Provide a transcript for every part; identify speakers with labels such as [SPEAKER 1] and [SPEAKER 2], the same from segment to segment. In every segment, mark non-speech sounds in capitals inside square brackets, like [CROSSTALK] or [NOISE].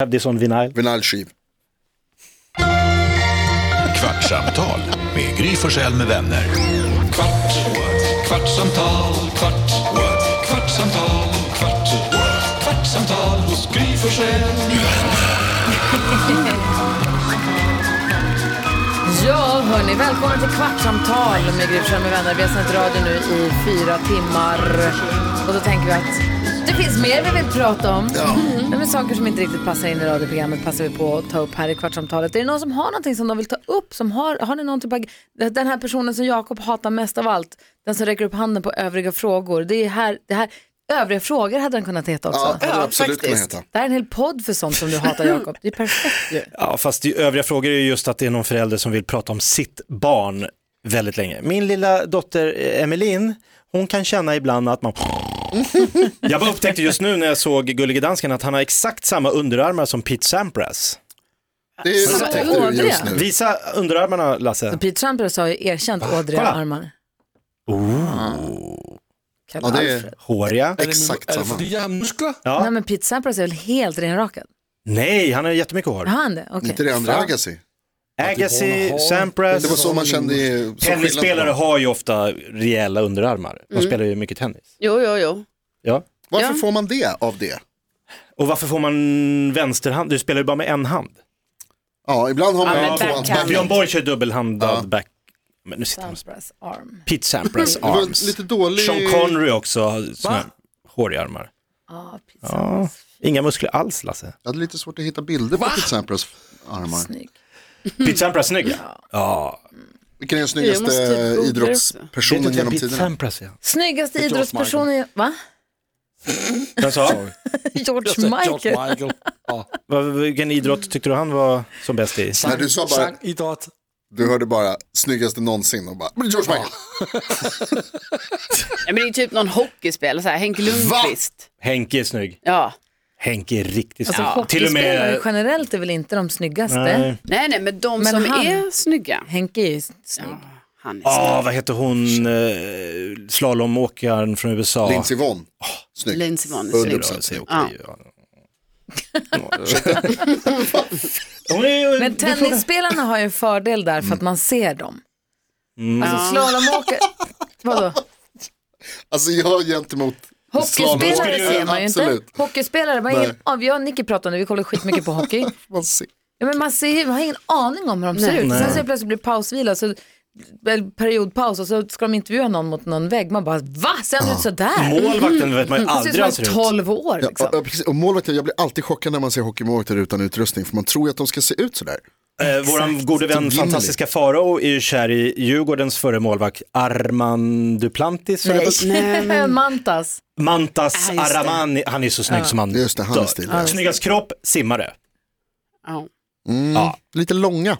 [SPEAKER 1] have this on vinyl.
[SPEAKER 2] Vinylskiv.
[SPEAKER 3] Kvartsamtal med Gry Forssell med vänner. Kvart, what? kvartsamtal, kvart, what? kvartsamtal, kvart, what? kvartsamtal hos Gry Forssell med vänner.
[SPEAKER 4] Ja, hörni, välkommen till Kvartsamtal med Gry Forssell med vänner. Vi har sänt radio nu i fyra timmar. Och då tänker vi att det finns mer vi vill prata om.
[SPEAKER 2] Ja.
[SPEAKER 4] Mm. Men saker som inte riktigt passar in i radioprogrammet passar vi på att ta upp här i Kvartsamtalet. Är det någon som har någonting som de vill ta upp? Som har, har ni någon typ av, den här personen som Jakob hatar mest av allt, den som räcker upp handen på övriga frågor. Det är här, det här, övriga frågor hade den kunnat heta också.
[SPEAKER 2] Ja, hade
[SPEAKER 5] Ja,
[SPEAKER 2] absolut kunnat
[SPEAKER 5] faktiskt.
[SPEAKER 2] heta.
[SPEAKER 4] Det här är en hel podd för sånt som du hatar Jakob. Det är perfekt ju.
[SPEAKER 1] Ja, fast det övriga frågor är ju just att det är någon förälder som vill prata om sitt barn väldigt länge. Min lilla dotter eh, Emelin, hon kan känna ibland
[SPEAKER 2] [LAUGHS]
[SPEAKER 1] att man Jag bara upptäckte just nu när jag såg Gullige Dansken att han har exakt samma underarmar som Pete Sampras.
[SPEAKER 2] Det är
[SPEAKER 4] Så
[SPEAKER 2] upptäckte du
[SPEAKER 4] ådriga.
[SPEAKER 2] just nu.
[SPEAKER 1] Visa underarmarna Lasse.
[SPEAKER 4] Pete Sampras har ju erkänt ådriga
[SPEAKER 1] Kolla.
[SPEAKER 4] armar. Oh.
[SPEAKER 2] Ja, det är
[SPEAKER 1] Håriga.
[SPEAKER 2] exakt samma.
[SPEAKER 3] jag har muskler?
[SPEAKER 4] Nej men Pete Sampras är väl helt renrakad?
[SPEAKER 1] Nej, han har jättemycket hår.
[SPEAKER 4] Har han det? Okej.
[SPEAKER 2] Inte det andra Agassi.
[SPEAKER 1] Agassi, Sampras.
[SPEAKER 2] Det var så man kände i... som
[SPEAKER 1] Tennisspelare
[SPEAKER 2] skillnad.
[SPEAKER 1] har ju ofta rejäla underarmar. De
[SPEAKER 2] Mm.
[SPEAKER 1] spelar ju mycket tennis.
[SPEAKER 5] Jo, jo, jo.
[SPEAKER 1] Ja.
[SPEAKER 2] Varför
[SPEAKER 5] Ja.
[SPEAKER 2] får man det av det?
[SPEAKER 1] Och varför får man vänsterhand? Du spelar ju bara med en hand.
[SPEAKER 2] Ja, ibland har man
[SPEAKER 5] men
[SPEAKER 2] ja,
[SPEAKER 5] där
[SPEAKER 2] tvåhands
[SPEAKER 5] kan
[SPEAKER 2] backhand.
[SPEAKER 1] Björn Borg kör dubbelhandad
[SPEAKER 2] Ja.
[SPEAKER 1] back. Men nu sitter han
[SPEAKER 4] Sampras arm.
[SPEAKER 1] Pete Sampras
[SPEAKER 2] Mm. Det var
[SPEAKER 1] arms.
[SPEAKER 2] lite dålig...
[SPEAKER 1] Sean Connery också har såna här håriga armar.
[SPEAKER 4] Ja, Pete
[SPEAKER 1] Ja.
[SPEAKER 4] Sampras.
[SPEAKER 1] Inga muskler alls Lasse.
[SPEAKER 2] Jag hade lite svårt att hitta bilder på Pete Sampras armar.
[SPEAKER 4] Snygg.
[SPEAKER 1] Pete Sampras snygg Mm. ja. ja.
[SPEAKER 2] Vilken är den
[SPEAKER 5] Jag
[SPEAKER 2] snyggaste
[SPEAKER 5] måste googla det
[SPEAKER 2] idrottspersonen genom
[SPEAKER 1] Pete
[SPEAKER 2] tiderna?
[SPEAKER 1] Sampras ja.
[SPEAKER 4] Snyggaste idrottspersonen, va?
[SPEAKER 1] Vem sa?
[SPEAKER 4] George Michael.
[SPEAKER 1] [LAUGHS] Vad- Vilken idrott tyckte du han var som bäst i?
[SPEAKER 2] Nej, du sa bara,
[SPEAKER 6] Idrott.
[SPEAKER 2] du hörde bara snyggaste någonsin och bara, "Men George Michael.
[SPEAKER 5] Ja, men det är typ någon hockeyspelare, så här, Henk Lundqvist.
[SPEAKER 1] Henke är snygg.
[SPEAKER 5] Ja.
[SPEAKER 1] Henke är riktigt snygg.
[SPEAKER 4] Alltså,
[SPEAKER 1] Till och
[SPEAKER 4] Hockeyspelare
[SPEAKER 1] med...
[SPEAKER 4] generellt är väl inte de snyggaste?
[SPEAKER 1] Nej.
[SPEAKER 5] Nej, nej, men de
[SPEAKER 4] Men
[SPEAKER 5] som
[SPEAKER 4] han-
[SPEAKER 5] är snygga.
[SPEAKER 4] Henke är ju snygg.
[SPEAKER 5] Han är
[SPEAKER 1] Ah, vad heter hon, eh, slalomåkaren från USA?
[SPEAKER 2] Lindsey Vonn.
[SPEAKER 5] snygg.
[SPEAKER 2] Snygg.
[SPEAKER 5] Lindsey Vonn är
[SPEAKER 2] Hundra
[SPEAKER 5] snygg.
[SPEAKER 1] Ja,
[SPEAKER 2] procent.
[SPEAKER 1] säg okej,
[SPEAKER 5] Ja.
[SPEAKER 1] ja. Hon är-
[SPEAKER 4] Men tennisspelarna har ju en fördel där för att man ser dem. Alltså slalomåkare, vadå?
[SPEAKER 2] Alltså jag gentemot
[SPEAKER 4] Hockeyspelare
[SPEAKER 2] slalomåkare-
[SPEAKER 4] ser man ju inte.
[SPEAKER 2] Absolut.
[SPEAKER 4] Hockeyspelare, man har ingen,
[SPEAKER 2] Nej.
[SPEAKER 4] ja, jag och Nicky pratar nu, vi kollar skitmycket på hockey.
[SPEAKER 2] Man ser.
[SPEAKER 4] Ja, men man, ser, ju- man har ingen aning om hur de ser ut. Sen så plötsligt blir det pausvila, så, eller periodpaus och så ska de intervjua någon mot någon vägg. Man bara, va? Ser han ut sådär?
[SPEAKER 1] Målvakten vet man ju
[SPEAKER 4] Han Mm. ser
[SPEAKER 1] aldrig
[SPEAKER 4] ut som
[SPEAKER 1] hur han
[SPEAKER 4] han
[SPEAKER 1] ser
[SPEAKER 4] är
[SPEAKER 1] ut.
[SPEAKER 4] 12 år.
[SPEAKER 2] Ja,
[SPEAKER 4] Liksom.
[SPEAKER 2] ja, precis. och målvakter, jag blir alltid chockad när man ser hockeymålvakter utan utrustning för man tror ju att de ska se ut sådär.
[SPEAKER 1] Eh, våran gode vän,
[SPEAKER 2] Gimli.
[SPEAKER 1] fantastiska farao, är ju kär i Djurgårdens förre målvakt Armand Duplantis. eller vad-
[SPEAKER 5] Nej,
[SPEAKER 4] [LAUGHS]
[SPEAKER 5] men-
[SPEAKER 4] Mantas.
[SPEAKER 1] Mantas
[SPEAKER 5] Ah, just det.
[SPEAKER 1] Aramani, han är så snygg som han
[SPEAKER 2] Just det, han är
[SPEAKER 1] dör.
[SPEAKER 2] stilig. Ja.
[SPEAKER 1] Snyggast kropp, simmare.
[SPEAKER 5] ja.
[SPEAKER 2] Mm.
[SPEAKER 1] Ja.
[SPEAKER 2] Lite långa,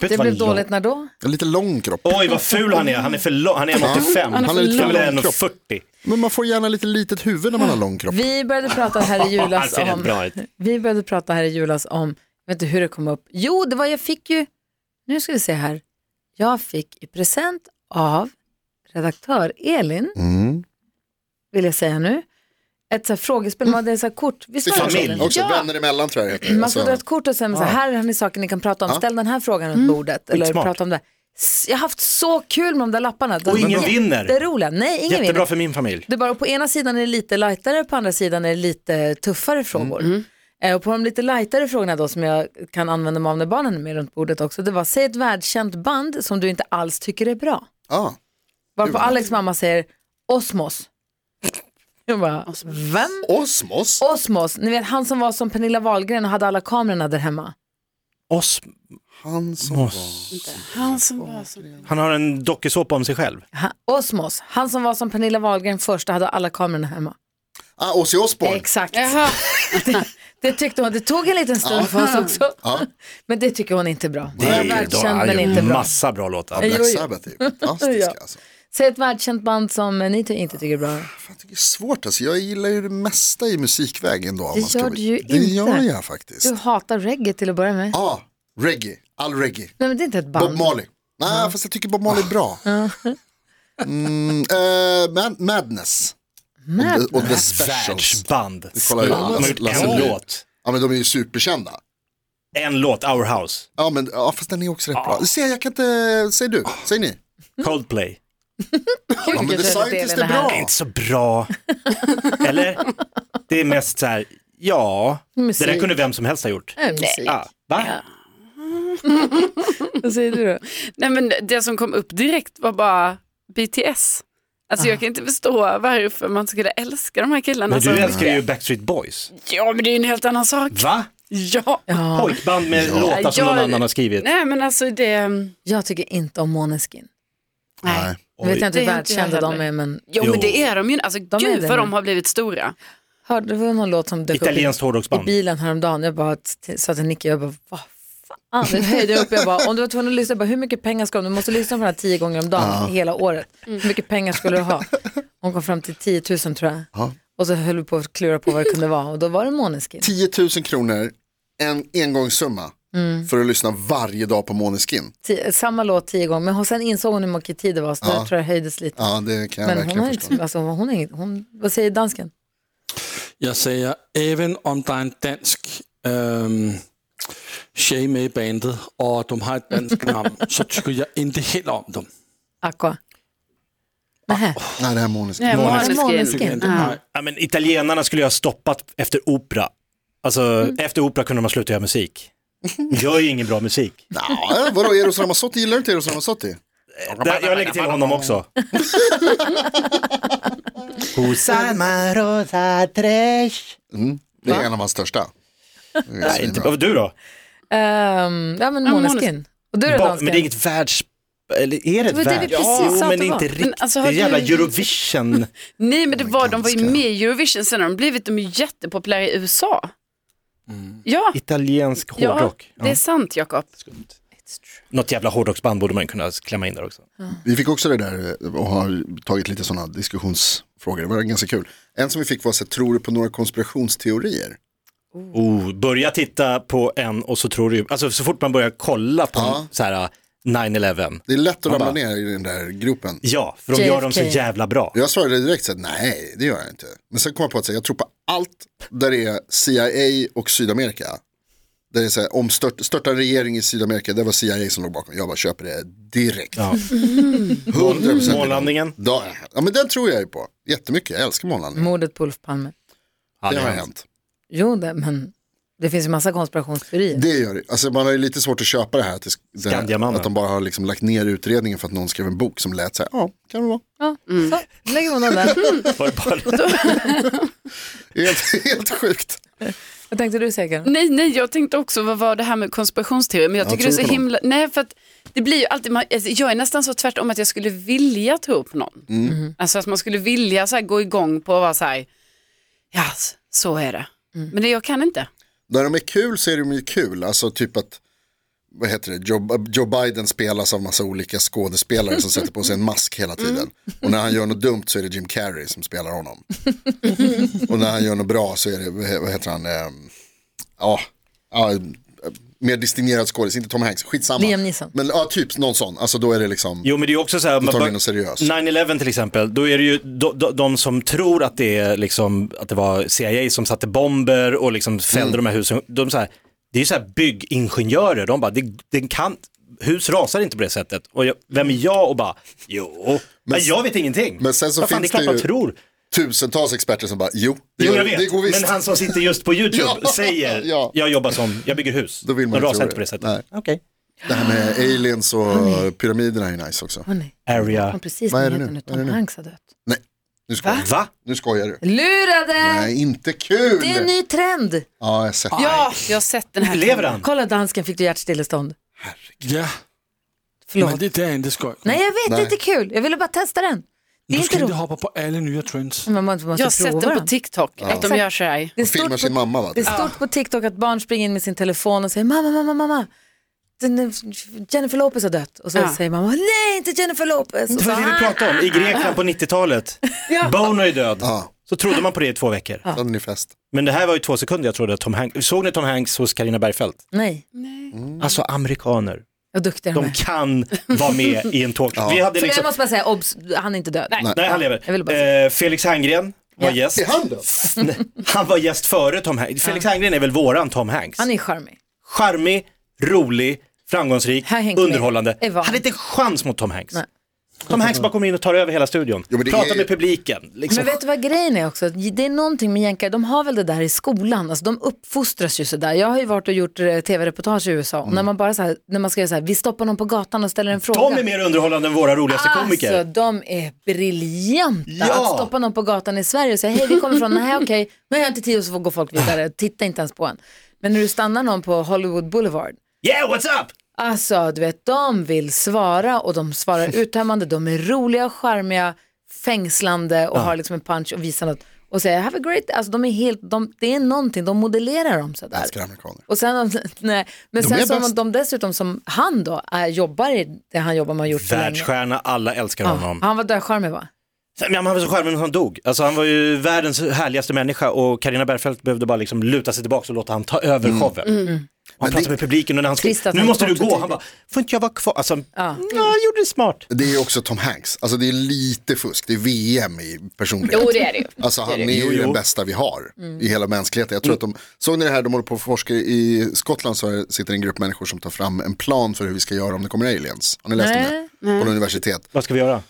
[SPEAKER 4] Det blev dåligt när då?
[SPEAKER 2] lite lång kropp.
[SPEAKER 1] Oj vad ful han är, han är för lång, han är 1,85.
[SPEAKER 2] Han är lite
[SPEAKER 1] Jag
[SPEAKER 2] för
[SPEAKER 1] vill ha
[SPEAKER 2] lång kropp.
[SPEAKER 1] 1,40.
[SPEAKER 2] Men man får gärna lite litet huvud när man har lång kropp.
[SPEAKER 4] Vi började prata här
[SPEAKER 1] [LAUGHS]
[SPEAKER 4] i
[SPEAKER 1] Han
[SPEAKER 4] julas
[SPEAKER 1] ser helt
[SPEAKER 4] om...
[SPEAKER 1] bra ut.
[SPEAKER 4] Vi började prata här i julas om... Jag vet inte hur det kom upp. Jo, det var jag fick ju... Nu ska vi se här. Jag fick i present av redaktör Elin,
[SPEAKER 2] Mm.
[SPEAKER 4] vill jag säga nu, ett så här frågespel. Man hade så här kort. Visst
[SPEAKER 2] Det
[SPEAKER 4] var
[SPEAKER 2] är
[SPEAKER 4] det så,
[SPEAKER 1] Mm. familj. alltså.
[SPEAKER 4] Elin?
[SPEAKER 2] Också
[SPEAKER 5] Ja.
[SPEAKER 2] vänner emellan tror jag det heter. Alltså,
[SPEAKER 4] Man får dra ett kort och säga, men så här, här har ni saker ni kan prata om,
[SPEAKER 2] Ja.
[SPEAKER 4] ställ den här frågan runt bordet eller
[SPEAKER 1] Skitsmart.
[SPEAKER 4] prata om det. S- Jag har haft så kul med de där lapparna. De
[SPEAKER 1] Och
[SPEAKER 4] var
[SPEAKER 1] ingen vinner.
[SPEAKER 4] Jätteroliga. Nej, ingen
[SPEAKER 1] Jättebra
[SPEAKER 4] vinner.
[SPEAKER 1] för min familj.
[SPEAKER 4] Det är bara på ena sidan är det lite lightare, på andra sidan är det lite tuffare frågor. Eh, Och på de lite lightare frågorna då som jag kan använda mig av när barnen är med runt bordet också, det var säg ett världskänt band som du inte alls tycker är bra.
[SPEAKER 2] Ja.
[SPEAKER 4] Varpå Alex mamma säger Osmos. [LAUGHS] Jag bara, vem?
[SPEAKER 2] Osmos.
[SPEAKER 4] Osmos, ni vet han som var som Pernilla Wahlgren och hade alla kamerorna där hemma.
[SPEAKER 1] Oss,
[SPEAKER 2] Han som
[SPEAKER 1] Moss.
[SPEAKER 5] Han som var så...
[SPEAKER 1] Han har en dokusåpa om sig själv.
[SPEAKER 4] Han, Osmos, han som var som Pernilla Wahlgren först och hade alla kamerorna hemma.
[SPEAKER 2] Ah, Ozzy Osbourne.
[SPEAKER 4] Exakt.
[SPEAKER 5] Jaha.
[SPEAKER 4] [LAUGHS] Det, det tyckte hon, det tog en liten stund för oss också.
[SPEAKER 2] Ja.
[SPEAKER 4] Men det tycker hon inte är bra.
[SPEAKER 1] Det är ju då,
[SPEAKER 4] världskänd
[SPEAKER 1] han
[SPEAKER 4] men
[SPEAKER 1] gör
[SPEAKER 4] inte bra.
[SPEAKER 1] massa bra låtar.
[SPEAKER 2] Black
[SPEAKER 4] Jo, jo.
[SPEAKER 2] Sabbath är ju fantastiska
[SPEAKER 4] Ja.
[SPEAKER 2] alltså.
[SPEAKER 4] Säg ett världskänt band som eh, ni ty- inte tycker är bra.
[SPEAKER 2] Fan, det är svårt alltså. Jag gillar ju det mesta i musikvägen då. om
[SPEAKER 4] Det
[SPEAKER 2] man ska
[SPEAKER 4] gör
[SPEAKER 2] bli-
[SPEAKER 4] du ju
[SPEAKER 2] Det
[SPEAKER 4] inte.
[SPEAKER 2] gör jag faktiskt.
[SPEAKER 4] Du hatar reggae till att börja med.
[SPEAKER 2] Ja, ah, reggae. All reggae.
[SPEAKER 4] Nej men det är inte ett band.
[SPEAKER 2] Bob Marley. Nej, fast jag tycker Bob Marley är bra. Mm, eh, Mad- Madness. Och The, och the Specials.
[SPEAKER 1] Världsband.
[SPEAKER 2] Vi kollar ju alla
[SPEAKER 1] De har gjort en
[SPEAKER 2] lasagne.
[SPEAKER 1] låt.
[SPEAKER 2] Ja men de är ju superkända.
[SPEAKER 1] En låt, Our House.
[SPEAKER 2] Ja men ja, fast den är också rätt bra. Se jag kan inte, säg du, säg ni.
[SPEAKER 4] Mm.
[SPEAKER 1] Coldplay.
[SPEAKER 2] Ja men The Scientist är bra.
[SPEAKER 1] Det är inte så bra. Eller? Det är mest så här, ja,
[SPEAKER 4] Musik.
[SPEAKER 1] det där kunde vem som helst ha gjort.
[SPEAKER 4] Nej.
[SPEAKER 1] Ah, va?
[SPEAKER 4] Vad säger du då?
[SPEAKER 5] Nej men det som kom upp direkt var bara BTS. Alltså jag kan inte förstå varför man skulle älska de här killarna.
[SPEAKER 1] Men du
[SPEAKER 5] som-
[SPEAKER 1] älskar ju Backstreet Boys.
[SPEAKER 5] Ja men det är ju en helt annan sak.
[SPEAKER 1] Va?
[SPEAKER 5] Ja.
[SPEAKER 4] Ja,
[SPEAKER 1] Pojkband med låtar som
[SPEAKER 5] Jag-
[SPEAKER 1] någon annan har skrivit.
[SPEAKER 5] Nej men alltså det... Nej.
[SPEAKER 4] jag tycker inte om Måneskin.
[SPEAKER 2] Nej.
[SPEAKER 4] Nu vet jag
[SPEAKER 1] Oj.
[SPEAKER 4] inte hur
[SPEAKER 5] Det är inte jag
[SPEAKER 4] världskända de
[SPEAKER 5] heller.
[SPEAKER 4] är men
[SPEAKER 5] Jo,
[SPEAKER 1] Jo.
[SPEAKER 5] men det är de ju. Alltså
[SPEAKER 4] är
[SPEAKER 5] gud
[SPEAKER 4] det
[SPEAKER 5] vad
[SPEAKER 4] nu.
[SPEAKER 5] de har blivit stora.
[SPEAKER 4] hörde det var någon låt som dök
[SPEAKER 1] Italienskt
[SPEAKER 4] upp i, i
[SPEAKER 1] hårdrocksband.
[SPEAKER 4] bilen häromdagen. Jag bara t- sa till Nicky, jag bara vad fan. [LAUGHS] Det höjde jag upp, jag bara om du var tvungen att lyssna, jag bara, hur mycket pengar ska du ha? Du måste lyssna på den här tio gånger om dagen hela året. Hur mycket pengar skulle
[SPEAKER 1] [LAUGHS]
[SPEAKER 4] du ha? Hon kom fram till 10 000 tror jag.
[SPEAKER 2] Ja.
[SPEAKER 4] Och så höll vi på att klura på vad det kunde vara och då var
[SPEAKER 1] [LAUGHS]
[SPEAKER 4] det Måneskin.
[SPEAKER 2] 10 000 kronor, en engångssumma för att lyssna varje dag på Måneskin.
[SPEAKER 4] Ti- Samma låt tio gånger, men hon, sen insåg hon hur mycket tid det var så då tror jag höjdes lite.
[SPEAKER 2] Ja det kan jag
[SPEAKER 4] Men hon
[SPEAKER 2] verkligen
[SPEAKER 4] har
[SPEAKER 2] förstå.
[SPEAKER 4] inte, alltså, hon har inget, hon, vad säger dansken?
[SPEAKER 6] Jeg siger, even om der er en dansk øhm, tjej med i bandet, og de har et dansk navn, så tykker jeg ikke helt om dem.
[SPEAKER 4] Aqua?
[SPEAKER 1] Ah.
[SPEAKER 4] Nähä. Ehm,
[SPEAKER 2] Nej det här är Måneskin.
[SPEAKER 5] Nej,
[SPEAKER 4] alltså,
[SPEAKER 1] Måneskin.
[SPEAKER 5] Måneskin.
[SPEAKER 4] Måneskin.
[SPEAKER 6] Nej.
[SPEAKER 1] Ja, men italienarna skulle jag ha stoppat efter opera. Alltså,
[SPEAKER 4] Mm.
[SPEAKER 1] efter opera kunde man sluta göra
[SPEAKER 4] [LAUGHS]
[SPEAKER 1] musik. Gör ju ingen bra musik.
[SPEAKER 2] Ja, vadå Eros Ramazzotti, gillar du inte Eros Ramazzotti?
[SPEAKER 1] Där, jag lägger till honom
[SPEAKER 4] [LAUGHS]
[SPEAKER 1] också. Hosanna rosa träsch.
[SPEAKER 2] Det är en av hans största. Det är
[SPEAKER 1] Nej,
[SPEAKER 2] svinbra.
[SPEAKER 1] typ, du då?
[SPEAKER 4] Ehm, ja men
[SPEAKER 5] Ja,
[SPEAKER 4] Måneskin. Och du då
[SPEAKER 1] Ba-
[SPEAKER 4] dansken?
[SPEAKER 1] men det är inget världs... Eller är det ett
[SPEAKER 4] var det vi
[SPEAKER 1] världs...
[SPEAKER 4] precis sa
[SPEAKER 1] jo,
[SPEAKER 4] att
[SPEAKER 1] men
[SPEAKER 4] det var.
[SPEAKER 1] inte
[SPEAKER 4] Men
[SPEAKER 1] riktigt.
[SPEAKER 5] alltså,
[SPEAKER 1] det är
[SPEAKER 5] har
[SPEAKER 1] jävla
[SPEAKER 4] [LAUGHS]
[SPEAKER 5] du-
[SPEAKER 1] Eurovision.
[SPEAKER 5] Nej
[SPEAKER 2] Oh
[SPEAKER 5] men det var, de var ju
[SPEAKER 2] ganska.
[SPEAKER 5] med i Eurovision, sen har de blivit, de är ju jättepopulära i USA.
[SPEAKER 2] Mm.
[SPEAKER 5] Ja,
[SPEAKER 1] Italiensk
[SPEAKER 5] ja,
[SPEAKER 1] hårdrock.
[SPEAKER 5] det är sant Jakob.
[SPEAKER 1] Något jävla hårdrocksband borde man kunna klämma in där också.
[SPEAKER 2] Vi fick också det där eh, och har tagit lite sådana diskussionsfrågor. Det var ganska kul. En som vi fick var så här, tror du på några konspirationsteorier?
[SPEAKER 4] Mm.
[SPEAKER 1] Oh, börja titta på en och så tror du, alltså så fort man börjar kolla på
[SPEAKER 2] Ja.
[SPEAKER 1] så här äh, 9-11,
[SPEAKER 2] Det är lätt att
[SPEAKER 1] Man
[SPEAKER 2] ramla
[SPEAKER 1] bara-
[SPEAKER 2] ner i den där gropen.
[SPEAKER 1] ja, för de gör dem så
[SPEAKER 4] JFK.
[SPEAKER 1] jävla bra.
[SPEAKER 2] Jag svarade direkt så här, nej det gör jag inte. Men sen kom jag på att så här, jag tror på allt där det är CIA och Sydamerika. Där det är så här, om stört, störta en regering i Sydamerika, det var CIA som låg bakom. Jag bara köper det direkt.
[SPEAKER 1] Ja.
[SPEAKER 2] 100 procent.
[SPEAKER 1] Månlandningen,
[SPEAKER 2] Ja men den tror jag ju på. Jättemycket, jag älskar månlandning.
[SPEAKER 4] Mordet på Ulf Palme.
[SPEAKER 1] Mm. ja,
[SPEAKER 2] Det har hänt.
[SPEAKER 4] Jo, det, men det finns ju massa konspirationsteorier.
[SPEAKER 2] Det gör det. Alltså man har ju lite svårt att köpa det här. Att, det, det här,
[SPEAKER 1] Skandiamannen.
[SPEAKER 2] att de bara har liksom lagt ner utredningen för att någon skrev en bok som lät så här. Ja, kan det vara.
[SPEAKER 4] Ja, så lägger vi undan den.
[SPEAKER 1] Var det bara...
[SPEAKER 2] Helt, [LAUGHS] helt sjukt.
[SPEAKER 4] Vad tänkte du säkert?
[SPEAKER 5] Nej, nej, jag tänkte också vad var det här med konspirationsteorier, men jag
[SPEAKER 2] Ja,
[SPEAKER 5] tycker
[SPEAKER 2] tror
[SPEAKER 5] det är
[SPEAKER 2] du
[SPEAKER 5] så
[SPEAKER 2] på dem?
[SPEAKER 5] himla, nej för att det blir ju alltid, man, alltså, jag är nästan så tvärtom att jag skulle vilja tro på någon.
[SPEAKER 2] Mm.
[SPEAKER 5] Alltså att man skulle vilja så här, gå igång på att vara så här, ja s- så är det. Men det, jag kan inte.
[SPEAKER 2] När de är kul så är de ju kul. Alltså typ att, vad heter det, Joe, Joe Biden spelas av massa olika skådespelare som sätter på sig en mask hela
[SPEAKER 4] Mm.
[SPEAKER 2] tiden. Och när han gör något dumt så är det Jim Carrey som spelar
[SPEAKER 4] [LAUGHS]
[SPEAKER 2] honom. Och när han gör något bra så är det, vad he- vad heter han, Ehm, ja, ja, ehm, mer distingerad skådis, inte Tom Hanks, skitsamma.
[SPEAKER 4] Liam Neeson.
[SPEAKER 2] Men ja, typ någon sån, alltså då är det liksom.
[SPEAKER 1] Jo men det är ju också så här,
[SPEAKER 2] tar
[SPEAKER 1] man
[SPEAKER 2] vi
[SPEAKER 1] bör-
[SPEAKER 2] något seriöst.
[SPEAKER 1] 9-11 till exempel, då är det ju de, de, de som tror att det, är liksom, att det var CIA som satte bomber och liksom fällde
[SPEAKER 2] Mm.
[SPEAKER 1] de här husen, de så här, det är ju så här byggingenjörer, de bara, det, det kan, hus rasar inte på det sättet. Och jag, vem är jag och bara, jo, men, jag vet ingenting.
[SPEAKER 2] men sen så
[SPEAKER 1] Vad fan,
[SPEAKER 2] finns
[SPEAKER 1] det är klart
[SPEAKER 2] det ju-
[SPEAKER 1] man tror.
[SPEAKER 2] tusentals experter som bara, jo, det,
[SPEAKER 1] Jo,
[SPEAKER 2] gör,
[SPEAKER 1] jag
[SPEAKER 2] det
[SPEAKER 1] vet,
[SPEAKER 2] går visst.
[SPEAKER 1] men han som sitter just
[SPEAKER 2] [LAUGHS]
[SPEAKER 1] på YouTube
[SPEAKER 2] Ja,
[SPEAKER 1] säger,
[SPEAKER 2] ja.
[SPEAKER 1] jag jobbar som, jag bygger hus.
[SPEAKER 2] Då vill man
[SPEAKER 1] de
[SPEAKER 2] ju tro
[SPEAKER 1] rasar inte
[SPEAKER 2] det.
[SPEAKER 1] på det sättet.
[SPEAKER 2] Nej.
[SPEAKER 1] Okej.
[SPEAKER 2] Det här med
[SPEAKER 4] Ah.
[SPEAKER 2] aliens och pyramiderna är ju nice också.
[SPEAKER 4] Hörrni, jag
[SPEAKER 1] Area.
[SPEAKER 4] kom precis
[SPEAKER 2] Vad är det
[SPEAKER 4] nyheten
[SPEAKER 2] nu?
[SPEAKER 4] att
[SPEAKER 2] Vad är
[SPEAKER 4] Tom
[SPEAKER 2] det nu?
[SPEAKER 4] Hanks har dött.
[SPEAKER 2] Nej, nu skojar, du.
[SPEAKER 1] Va?
[SPEAKER 2] nu skojar du.
[SPEAKER 4] Lurade!
[SPEAKER 2] Nej, inte kul.
[SPEAKER 4] Det är en ny trend.
[SPEAKER 2] Ja, jag har sett det.
[SPEAKER 5] Ja, jag har sett den här.
[SPEAKER 1] Lever han?
[SPEAKER 4] Kolla dansken, fick du hjärtstillestånd?
[SPEAKER 6] Ja,
[SPEAKER 4] Förlåt.
[SPEAKER 6] men det är derinde skøjt.
[SPEAKER 4] Nej, jag vet, det är
[SPEAKER 2] Nej.
[SPEAKER 4] inte kul. Jag ville bara testa den. Det Mm. är
[SPEAKER 6] Du
[SPEAKER 4] inte
[SPEAKER 6] skal ikke
[SPEAKER 4] roligt.
[SPEAKER 6] hoppe på alle nye trends.
[SPEAKER 4] Man måste, man
[SPEAKER 5] Jag har
[SPEAKER 4] måste
[SPEAKER 5] sett
[SPEAKER 4] prova
[SPEAKER 5] den på
[SPEAKER 4] den.
[SPEAKER 5] TikTok, att de
[SPEAKER 4] Exakt.
[SPEAKER 5] gör så här.
[SPEAKER 4] Det är
[SPEAKER 2] Filmar
[SPEAKER 4] stort
[SPEAKER 2] sin
[SPEAKER 4] på,
[SPEAKER 2] mamma va?
[SPEAKER 4] det är stort på TikTok att barn springer in med sin telefon och säger mamma, mamma, mamma. Den- Jennifer Lopez har dött och så
[SPEAKER 5] Ja.
[SPEAKER 4] säger mamma nej inte Jennifer Lopez. Och
[SPEAKER 1] Det
[SPEAKER 4] så, "Ah."
[SPEAKER 1] var det vi pratade om, i Grekland på
[SPEAKER 4] [LAUGHS]
[SPEAKER 1] 90-talet. Bono är död.
[SPEAKER 2] Ja,
[SPEAKER 1] Så trodde man på det i två veckor.
[SPEAKER 2] då hade ni fest.
[SPEAKER 1] Men det här var ju två sekunder jag trodde att Tom Hanks, såg ni Tom Hanks hos Carina Bergfeldt?
[SPEAKER 4] nej,
[SPEAKER 2] Mm.
[SPEAKER 1] Alltså amerikaner,
[SPEAKER 4] vad duktig han
[SPEAKER 1] de
[SPEAKER 4] är.
[SPEAKER 1] kan vara med
[SPEAKER 2] [LAUGHS]
[SPEAKER 1] i en talkshow. Vi hade
[SPEAKER 4] För
[SPEAKER 1] liksom,
[SPEAKER 4] jag måste bara säga, obs, han är inte död.
[SPEAKER 1] nej han
[SPEAKER 4] Jag vill bara
[SPEAKER 1] lever. Eh, Felix Herngren var gäst.
[SPEAKER 2] I handen?
[SPEAKER 1] [LAUGHS] Nej, Han var gäst före Tom Hanks. Felix Herngren är väl våran Tom Hanks?
[SPEAKER 4] Han är charmig.
[SPEAKER 1] Charmig, rolig, framgångsrik,
[SPEAKER 4] Här hänger
[SPEAKER 1] underhållande.
[SPEAKER 4] vi.
[SPEAKER 1] Han
[SPEAKER 4] Är van.
[SPEAKER 1] hade inte en chans mot Tom Hanks.
[SPEAKER 4] Nej.
[SPEAKER 1] Tom Hanks bara kommer in och tar över hela studion.
[SPEAKER 2] Jo, men det
[SPEAKER 1] Pratar
[SPEAKER 2] är-
[SPEAKER 1] med publiken. Liksom.
[SPEAKER 4] Men vet du vad grejen är också? Det är någonting med jänkare, de har väl det där i skolan, alltså, de uppfostras ju sådär. Jag har ju varit och gjort eh, tv-reportage i USA och när man bara så här, när man ska göra så här, vi stoppar någon på gatan och ställer en fråga.
[SPEAKER 1] Mm. De är mer underhållande än våra roligaste komiker.
[SPEAKER 4] Alltså de är briljanta.
[SPEAKER 1] Ja.
[SPEAKER 4] Att stoppa någon på gatan i Sverige och säga hej vi kommer från, nej okej, nu är jag inte tio så får gå folk vidare, titta inte ens på en. Men när du stannar någon på Hollywood Boulevard,
[SPEAKER 1] Yeah, what's up?
[SPEAKER 4] alltså du vet de vill svara och de svarar uttömmande, de är roliga, charmiga, fängslande och har liksom en punch och visar något och säger have a great, day." alltså de är helt, de, det är någonting, de modellerar dem sådär.
[SPEAKER 2] Älskar amerikaner.
[SPEAKER 4] Och sen, om- [LAUGHS] nej, men
[SPEAKER 2] De är
[SPEAKER 4] sen som
[SPEAKER 2] bäst.
[SPEAKER 4] de dessutom som han då är, jobbar i det han jobbar med och har gjort så länge.
[SPEAKER 1] Världsstjärna, alla älskar
[SPEAKER 4] Ja,
[SPEAKER 1] honom.
[SPEAKER 4] han var dödcharmig va?
[SPEAKER 1] Men Han var så charmig när han dog. Alltså, han var ju världens härligaste människa och Carina Bergfeldt behövde bara liksom luta sig tillbaka och låta han ta över
[SPEAKER 2] Mm.
[SPEAKER 1] showen.
[SPEAKER 4] Mm.
[SPEAKER 1] Han pratade med publiken och när han
[SPEAKER 4] Trist
[SPEAKER 1] skulle,
[SPEAKER 4] att
[SPEAKER 1] nu
[SPEAKER 4] han
[SPEAKER 1] måste
[SPEAKER 4] gick
[SPEAKER 1] du
[SPEAKER 4] bort så
[SPEAKER 1] gå, han
[SPEAKER 4] tidigt.
[SPEAKER 1] bara, får inte jag vara kvar? Alltså, ja. jag gjorde det smart.
[SPEAKER 2] Det är ju också Tom Hanks, alltså det är lite fusk, det är VM i personlighet.
[SPEAKER 5] Jo, det är det ju.
[SPEAKER 2] Alltså han är ju
[SPEAKER 1] Jo, jo.
[SPEAKER 2] den bästa vi har i hela mänskligheten. Jag tror att de, såg ni det här, de håller på och forskar i Skottland så här sitter en grupp människor som tar fram en plan för hur vi ska göra om det kommer aliens. Har ni läst om det? På något universitet.
[SPEAKER 1] Vad ska vi göra?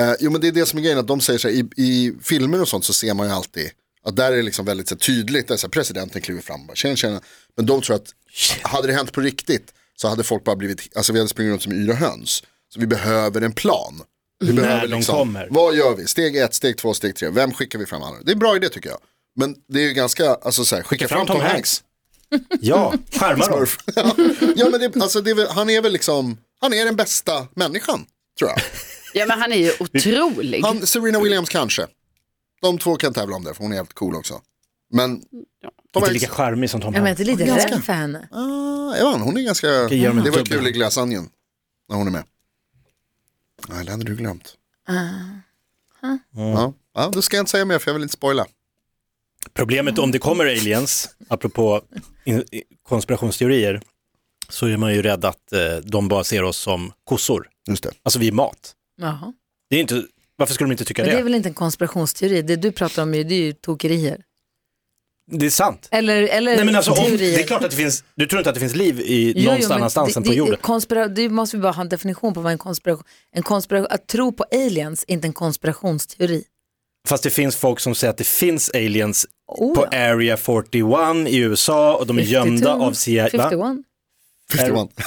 [SPEAKER 2] Eh, jo men det är det som är grejen, att de säger så här, i, i filmer och sånt så ser man ju alltid att där är det liksom väldigt så här, tydligt, där så här, presidenten kliver fram och bara tjena tjena. Men de tror att hade det hänt på riktigt så hade folk bara blivit, alltså vi hade sprungit runt som yra höns. Så vi behöver en plan. Vi behöver liksom,
[SPEAKER 1] de kommer.
[SPEAKER 2] Vad gör vi? Steg ett, steg två, steg tre. Vem skickar vi fram? alla? Det är en bra idé tycker jag. Men det är ju ganska, alltså så här, skicka fram Tom Hanks. [LAUGHS]
[SPEAKER 1] Ja, charma dem.
[SPEAKER 2] Smurf. ja [LAUGHS] men det, alltså, det är väl, han är väl liksom, han är den bästa människan tror jag.
[SPEAKER 5] Ja, men han är ju otrolig.
[SPEAKER 2] Han, Serena Williams kanske. De två kan tävla om det, för hon är jävligt cool också. Men Tom
[SPEAKER 1] Inte
[SPEAKER 2] Hanks,
[SPEAKER 1] lika charmig som Tom
[SPEAKER 4] Jag är
[SPEAKER 1] Hanks.
[SPEAKER 4] inte lite
[SPEAKER 2] Ganska.
[SPEAKER 4] rädd för henne.
[SPEAKER 2] ah, jag vann, hon är ganska,
[SPEAKER 1] ge dem en
[SPEAKER 2] det var
[SPEAKER 1] dubbel.
[SPEAKER 2] kul i Glassanion när hon är med. Nej, det hade du glömt. Ja. ja, då ska jag inte säga mer för jag vill inte spoila.
[SPEAKER 1] Problemet om det kommer aliens, apropå in- i- konspirationsteorier, så är man ju rädd att eh, de bara ser oss som kossor.
[SPEAKER 2] Just det.
[SPEAKER 1] Alltså vi är mat.
[SPEAKER 4] Jaha.
[SPEAKER 1] Det är inte, varför skulle de inte tycka
[SPEAKER 4] Men det
[SPEAKER 1] det?
[SPEAKER 4] är väl inte en konspirationsteori, det du pratar om är ju- det är ju tokerier.
[SPEAKER 1] Det är sant.
[SPEAKER 4] Eller, eller
[SPEAKER 1] Nej men alltså, om,
[SPEAKER 4] teorier.
[SPEAKER 1] det är klart att det finns, du tror inte att det finns liv i
[SPEAKER 4] Jo, jo, men
[SPEAKER 1] någonstans annanstans
[SPEAKER 4] det-
[SPEAKER 1] än på
[SPEAKER 4] det-
[SPEAKER 1] jorden?
[SPEAKER 4] Konspira, det måste vi bara ha en definition på vad en konspiration, en konspiration, att tro på aliens är inte en konspirationsteori.
[SPEAKER 1] Fast det finns folk som säger att det finns aliens
[SPEAKER 4] Oh,
[SPEAKER 1] på
[SPEAKER 4] ja.
[SPEAKER 1] Area 41 i USA och de är gömda av CIA. va?
[SPEAKER 4] 51.
[SPEAKER 2] 51.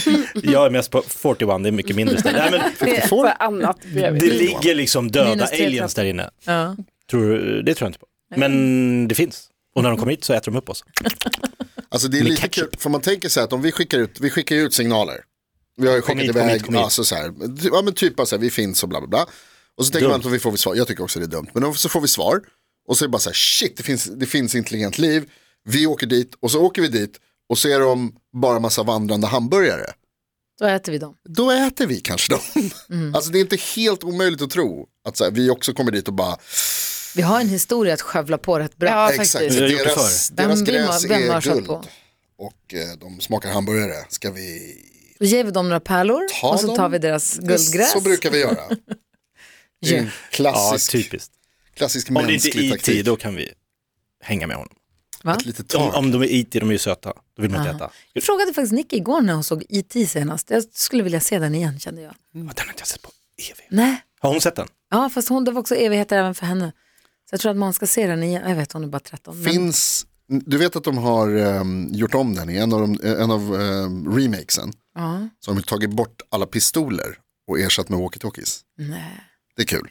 [SPEAKER 1] 51.
[SPEAKER 4] [LAUGHS]
[SPEAKER 1] Jag är mest på 41, det är mycket mindre ställe. Nej, men
[SPEAKER 5] För annat bredvid.
[SPEAKER 1] Det ligger liksom döda
[SPEAKER 4] Minus tre
[SPEAKER 1] aliens där inne.
[SPEAKER 4] Ja.
[SPEAKER 1] Tror, du- det tror jag inte på. Men det finns. Och när de kommer hit så äter de upp oss.
[SPEAKER 2] Alltså det är
[SPEAKER 1] Med
[SPEAKER 2] lite kul,
[SPEAKER 1] ketchup.
[SPEAKER 2] för man tänker så här att om vi skickar ut, vi skickar ju ut signaler. Vi har ju skickat
[SPEAKER 1] hit, kom
[SPEAKER 2] iväg,
[SPEAKER 1] hit, kom hit.
[SPEAKER 2] Alltså så här, ty- ja men typ bara så här, vi finns och bla bla bla. Och så tänker man att vi får vi svar, jag tycker också det är dumt, men då så får vi svar. Och så är det bara så här, shit det finns, det finns intelligent liv, vi åker dit och så åker vi dit och så är de bara massa vandrande hamburgare.
[SPEAKER 4] Då äter vi dem.
[SPEAKER 2] Då äter vi kanske dem. [LAUGHS]
[SPEAKER 4] Mm.
[SPEAKER 2] Alltså det är inte helt omöjligt att tro att så här, vi också kommer dit och bara,
[SPEAKER 4] Vi har en historia att skövla på rätt bra.
[SPEAKER 5] Ja,
[SPEAKER 2] exakt,
[SPEAKER 5] faktiskt.
[SPEAKER 1] Vi har gjort det
[SPEAKER 2] deras,
[SPEAKER 4] Vem
[SPEAKER 2] deras
[SPEAKER 4] vill man-
[SPEAKER 2] gräs
[SPEAKER 4] vem har
[SPEAKER 2] är
[SPEAKER 4] kört
[SPEAKER 2] guld.
[SPEAKER 4] på?
[SPEAKER 2] Och eh, de smakar hamburgare, ska vi
[SPEAKER 4] Då ger vi dem några pärlor
[SPEAKER 2] Ta
[SPEAKER 4] och så
[SPEAKER 2] dem.
[SPEAKER 4] tar vi deras guldgräs.
[SPEAKER 2] Så brukar vi
[SPEAKER 4] [LAUGHS]
[SPEAKER 2] göra. Det är en
[SPEAKER 1] Ja,
[SPEAKER 2] klassisk,
[SPEAKER 1] typiskt.
[SPEAKER 2] klassisk
[SPEAKER 1] Om det inte
[SPEAKER 2] mänsklig
[SPEAKER 1] är IT,
[SPEAKER 2] taktik.
[SPEAKER 1] då kan vi hänga med honom.
[SPEAKER 4] Va?
[SPEAKER 2] Lite
[SPEAKER 1] Om,
[SPEAKER 2] tar.
[SPEAKER 1] om de är IT, de är ju söta. Då vill man
[SPEAKER 4] Ah.
[SPEAKER 1] inte äta.
[SPEAKER 4] Jag frågade faktiskt Nicky igår när hon såg IT senast. Jag skulle vilja se den igen kände jag.
[SPEAKER 1] Ja, Den har inte jag sett på evigt.
[SPEAKER 4] Nej,
[SPEAKER 1] Har hon sett den?
[SPEAKER 4] ja, fast hon, det var också evigheter även för henne. Så jag tror att man ska se den igen. Jag vet, hon är bara 13. Men...
[SPEAKER 2] Finns, du vet att de har ehm, gjort om den i en av, de, en av ehm, remakesen.
[SPEAKER 4] Ja,
[SPEAKER 2] Så har de tagit bort alla pistoler och ersatt med walkie-talkies.
[SPEAKER 4] nej.
[SPEAKER 2] Det är kul.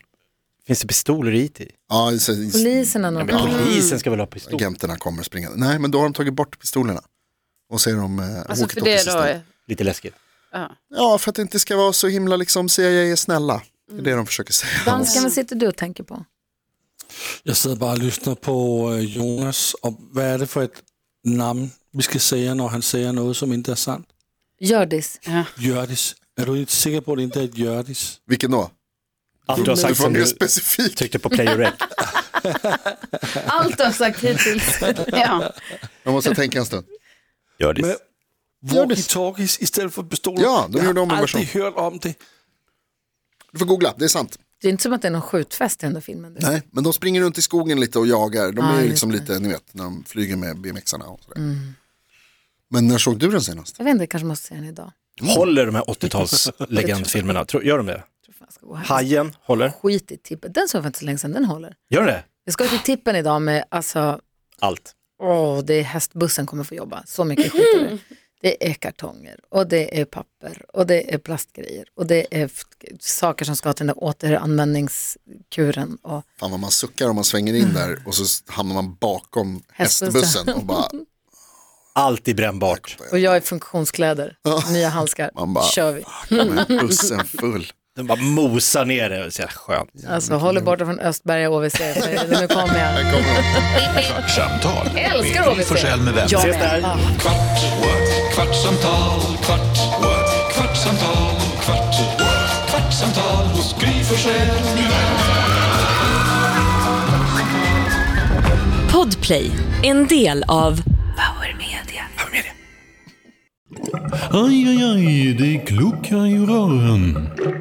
[SPEAKER 1] Finns det pistoler i IT?
[SPEAKER 2] Ja, så,
[SPEAKER 4] Polisen har nog...
[SPEAKER 1] Men polisen ska väl ha pistol?
[SPEAKER 2] agenterna kommer springande. Nej, men då har de tagit bort pistolerna. Och så är de eh,
[SPEAKER 5] Alltså för
[SPEAKER 2] walkie-talkies
[SPEAKER 5] det då
[SPEAKER 2] istället.
[SPEAKER 5] är...
[SPEAKER 1] Lite läskigt.
[SPEAKER 5] Ja.
[SPEAKER 2] Ja, för att det inte ska vara så himla liksom CIA är snälla. Det
[SPEAKER 4] Mm.
[SPEAKER 2] är det de försöker säga.
[SPEAKER 4] Dansken, vad sitter du och tänker på?
[SPEAKER 6] Jag sidder bare og lytter på øh, Jonas, og hvad er det for et navn, vi skal sige, når han siger noget, som ikke er sandt?
[SPEAKER 4] Gördis.
[SPEAKER 6] Jørdis. Er du ikke sikker på, at det ikke er et Jørdis?
[SPEAKER 2] Vilken då?
[SPEAKER 1] Allt du har
[SPEAKER 2] Du
[SPEAKER 1] sagt
[SPEAKER 2] får
[SPEAKER 1] som
[SPEAKER 2] mer
[SPEAKER 1] du
[SPEAKER 2] specifik.
[SPEAKER 1] tryckte på play och
[SPEAKER 2] [LAUGHS]
[SPEAKER 1] rec.
[SPEAKER 4] Allt du har
[SPEAKER 1] [LAUGHS]
[SPEAKER 4] sagt hittills.
[SPEAKER 5] Ja.
[SPEAKER 2] Jag måste tänka en stund.
[SPEAKER 1] Gör
[SPEAKER 6] Med
[SPEAKER 1] det.
[SPEAKER 6] walkie-talkies i stedet for pistoler.
[SPEAKER 2] Ja, de
[SPEAKER 6] jeg
[SPEAKER 2] gjorde om en
[SPEAKER 6] har
[SPEAKER 2] version.
[SPEAKER 6] aldrig hørt om det.
[SPEAKER 2] Du får googla, det är sant.
[SPEAKER 4] det är inte som att det är någon skjutfest i den där filmen. Du.
[SPEAKER 2] Nej, men de springer runt i skogen lite och jagar. De
[SPEAKER 4] Ja,
[SPEAKER 2] är ju
[SPEAKER 4] just
[SPEAKER 2] liksom
[SPEAKER 4] Mm.
[SPEAKER 2] lite, ni vet, när de flyger med BMXarna och sådär. Men när såg du den senast?
[SPEAKER 4] Jag vet inte, jag kanske måste se den idag.
[SPEAKER 1] Håller de här
[SPEAKER 2] [LAUGHS]
[SPEAKER 1] 80-talslegendfilmerna? Tror- Gör de det?
[SPEAKER 4] Jag tror fan jag ska gå hem.
[SPEAKER 1] Hajen håller.
[SPEAKER 4] Skit i tippen. Den såg jag faktiskt länge sedan, den håller.
[SPEAKER 1] Gör det?
[SPEAKER 4] Jag ska till tippen idag med, alltså,
[SPEAKER 1] Allt.
[SPEAKER 4] åh, det är hästbussen kommer få jobba. Så mycket skit
[SPEAKER 2] [LAUGHS]
[SPEAKER 4] är det. Det är kartonger och det är papper och det är plastgrejer och det är f- saker som ska till den där återanvändningskuren. Och
[SPEAKER 2] Fan vad man suckar om man svänger in där och så hamnar man bakom
[SPEAKER 4] Mm. Hästbussen.
[SPEAKER 2] hästbussen och bara,
[SPEAKER 1] Allt är brännbart.
[SPEAKER 4] Och jag är funktionskläder, nya handskar,
[SPEAKER 2] Man bara-
[SPEAKER 4] kör vi.
[SPEAKER 2] "Ah, "Den här bussen full.
[SPEAKER 1] Den bara mosar ner det. Så jävla skönt.
[SPEAKER 4] Alltså håll er borta från Östberga OVC, för nu kommer jag.
[SPEAKER 2] Här kommer de.
[SPEAKER 3] Kvartsamtal
[SPEAKER 4] älskar
[SPEAKER 3] med Gry
[SPEAKER 4] ABC.
[SPEAKER 3] Forssell med vänner.
[SPEAKER 5] Jag
[SPEAKER 1] Ses
[SPEAKER 5] med.
[SPEAKER 1] där.
[SPEAKER 5] Ja.
[SPEAKER 3] Kvart, what? kvartsamtal, kvart, what? kvartsamtal, kvart, what? kvartsamtal hos Gry Forssell med vänner.
[SPEAKER 7] Podplay, en del av
[SPEAKER 8] Aj, aj, aj, det kluckar i rören.